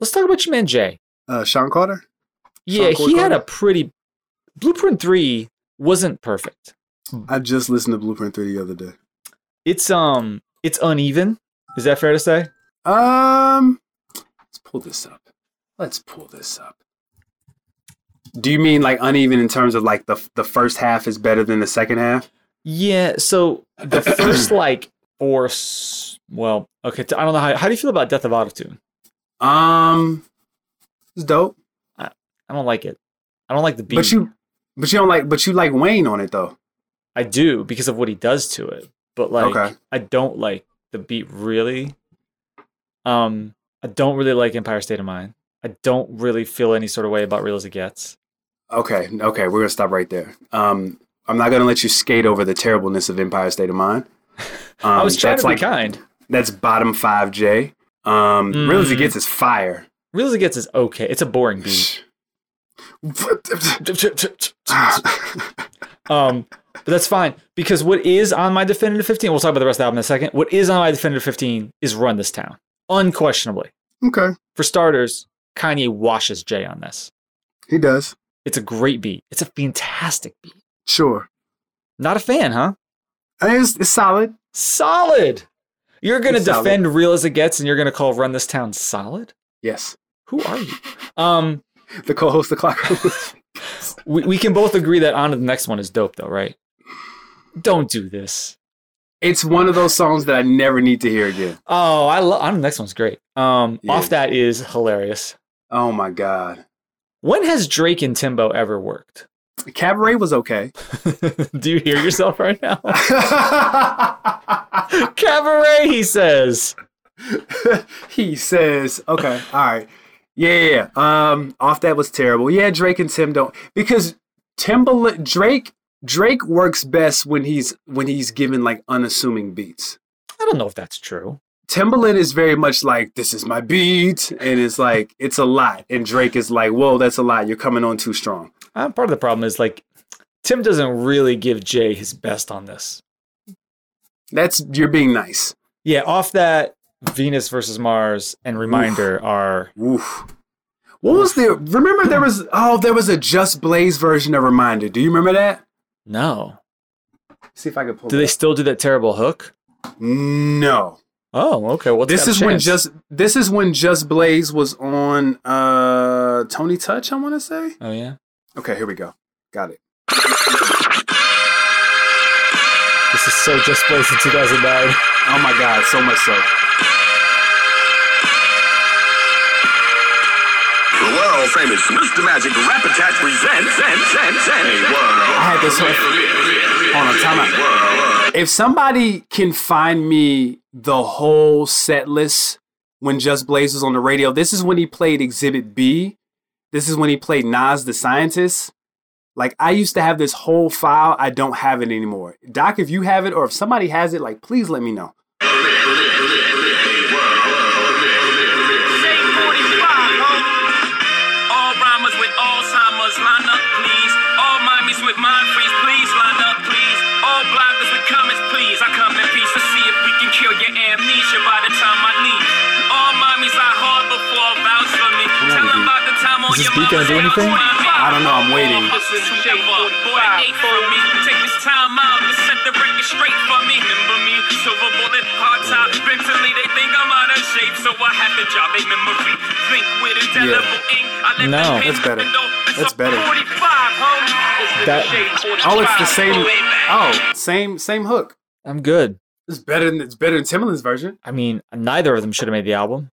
S2: let's talk about your man Jay.
S7: Uh, Sean Carter.
S2: Yeah,
S7: Corey
S2: he had a
S7: Carter?
S2: pretty Blueprint Three wasn't perfect.
S7: I just listened to Blueprint Three the other day.
S2: It's um, it's uneven. Is that fair to say?
S3: Um let's pull this up. Let's pull this up. Do you mean like uneven in terms of like the the first half is better than the second half?
S2: Yeah. So the first like four. s- Well, okay. t- I don't know how. How do you feel about Death of Autotune?
S3: Um it's dope.
S2: I don't like it. I don't like the beat.
S3: But you, but you don't like, but you like Wayne on it though.
S2: I do because of what he does to it. But like,
S3: Okay.
S2: I don't like the beat really. Um, I don't really like Empire State of Mind. I don't really feel any sort of way about Real as It Gets.
S3: Okay, okay, we're gonna stop right there. Um, I'm not gonna let you skate over the terribleness of Empire State of Mind. Um,
S2: I was trying
S3: that's
S2: to be
S3: like-
S2: kind.
S3: That's bottom five J. Um, Real as it
S2: Mm.
S3: gets is fire.
S2: Real as It Gets is okay. It's a boring beat. Mm-hmm.
S3: Ah.
S2: um, but that's fine because what is on my definitive 15 we'll talk about the rest of the album in a second what is on my definitive 15 is run this town unquestionably
S7: okay,
S2: for starters kanye washes jay on this
S7: he does.
S2: It's a great beat. It's a fantastic beat.
S7: Sure,
S2: Not a fan, huh?
S7: I mean, it's, it's solid.
S2: Solid. You're gonna
S3: It's solid.
S2: defend Real as It Gets, and you're gonna call Run This Town solid.
S3: Yes,
S2: Who are you? Um,
S3: the co-host of Clock.
S2: we, we can both agree that on to the next one is dope, though, right? Don't do this.
S3: it's one of those songs that I never need to hear again.
S2: Oh, I love on to the next one's great. Um,
S3: Yeah.
S2: off that is hilarious.
S3: Oh my god,
S2: When has Drake and Timbo ever worked?
S3: Cabaret was okay.
S2: do you hear yourself right now? Cabaret, he says.
S3: he says, okay, all right. Yeah, yeah, yeah. Um, off that was terrible. Yeah, Drake and Tim don't because Timbaland Drake Drake works best when he's when he's given like unassuming beats.
S2: I don't know if that's true.
S3: Timbaland is very much like this is my beat, and it's like it's a lot. And Drake is like, whoa, that's a lot. You're coming on too strong.
S2: Uh, part of the problem is like Tim doesn't really give Jay his best on this.
S3: That's you're being nice.
S2: Yeah, off that Venus versus Mars and Reminder are
S3: Oof. What was there? Remember there was oh there was a Just Blaze version of Reminder. Do you remember that?
S2: no.
S3: See if I can pull.
S2: Do
S3: it
S2: they
S3: up.
S2: still do that terrible hook?
S3: No.
S2: Oh, okay. Well, it's
S3: this
S2: got a
S3: is when
S2: chance.
S3: just this is when just blaze was on uh uh, Tony Touch, I want to say.
S2: Oh yeah.
S3: Okay, here we go. Got it.
S2: This is so just placed in 2009.
S3: Oh my God, so much so.
S5: The world famous Mr. Magic Rap Attack presents. Hey, world. I
S3: had this one- Hold on, time out. If somebody can find me the whole set list when Just Blaze was on the radio, this is when he played Exhibit B. This is when he played Nas the Scientist. Like I used to have this whole file. I don't have it anymore. Doc, if you have it or if somebody has it, like please let me know.
S6: Say 45, huh? All rhymers with Alzheimer's, line up, please. All mommies with mind freeze, please line up, please. All bloggers with comments, please. I come in peace to see if we can kill your amnesia by the time I leave. All mommies I hard before vouch for me. Tell 'em about the time on
S2: Is this
S6: your
S2: beat gonna
S6: mama's
S2: do
S6: house
S2: anything?
S6: when I'm
S3: I don't know, I'm waiting.
S6: Boy, eight for me. Take this time out to set the record straight for me. Remember me, silver bullet, hard top. Mentally, they think I'm out of shape, so I have to job a memory. Think with indelible ink. I let
S2: No.
S6: them
S3: That's better.
S6: know it's
S3: That's
S6: a
S3: better.
S6: 45, homie.
S2: That-
S3: Oh, it's the same. Oh, same same hook.
S2: I'm good.
S3: It's better than it's better than Timbaland's version.
S2: I mean, neither of them should have made the album.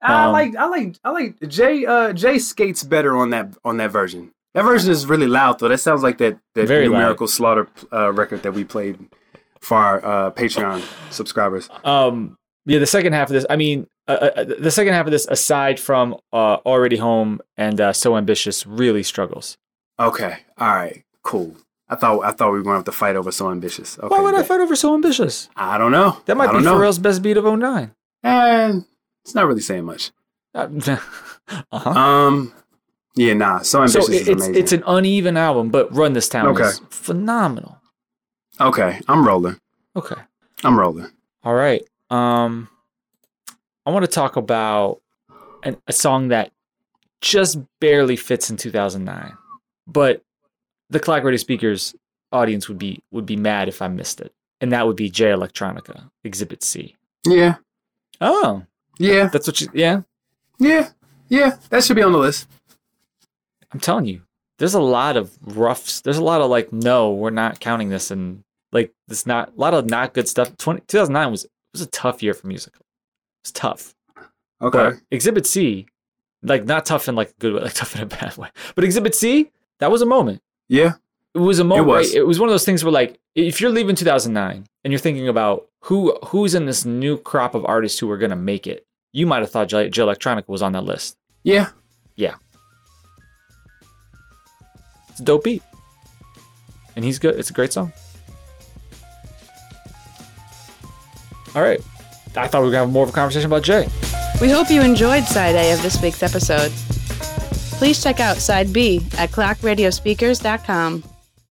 S3: I
S2: Um,
S3: like I like I like Jay uh Jay skates better on that on that version. That version is really loud though. That sounds like that that
S2: Very loud.
S3: numerical slaughter uh, record that we played for our uh, Patreon subscribers.
S2: Um, yeah, the second half of this. I mean, uh, uh, the second half of this, aside from uh, already home and uh, so ambitious, really struggles.
S3: Okay, all right, cool. I thought I thought we were going to have to fight over so ambitious. Okay,
S2: Why would I
S3: bet.
S2: fight over so ambitious?
S3: I don't know.
S2: That might
S3: I
S2: be
S3: don't know.
S2: Pharrell's best beat of 09.
S3: And it's not really saying much.
S2: Uh huh.
S3: Um, yeah, nah. So ambitious
S2: so it-
S3: is
S2: it's
S3: amazing.
S2: it's an uneven album, but Run This Town
S3: Okay.
S2: is phenomenal.
S3: okay, I'm rolling.
S2: Okay.
S3: I'm rolling.
S2: All right. Um, I want to talk about an, a song that just barely fits in 2009, but the Clock Radio Speakers audience would be would be mad if I missed it, and that would be J Electronica Exhibit C.
S3: Yeah,
S2: Oh,
S3: yeah,
S2: that's what you. Yeah,
S3: yeah, yeah. That should be on the list.
S2: I'm telling you, there's a lot of roughs. There's a lot of like, no, we're not counting this, and like, this not a lot of not good stuff. 20, 2009 was was a tough year for music. It's tough.
S3: Okay.
S2: But Exhibit C, like not tough in like a good way, like tough in a bad way. But Exhibit C, that was a moment.
S3: yeah.
S2: It was a moment. right? It was,
S3: was.
S2: one of those things where like if you're leaving 2009 and you're thinking about who who's in this new crop of artists who are gonna make it, you might have thought J, J Electronica was on that list.
S3: Yeah.
S2: It's a dope beat, and he's good. It's a great song. All right, I thought we were gonna have more of a conversation about Jay.
S1: We hope you enjoyed Side A of this week's episode. Please check out Side B at clockradiospeakers.com.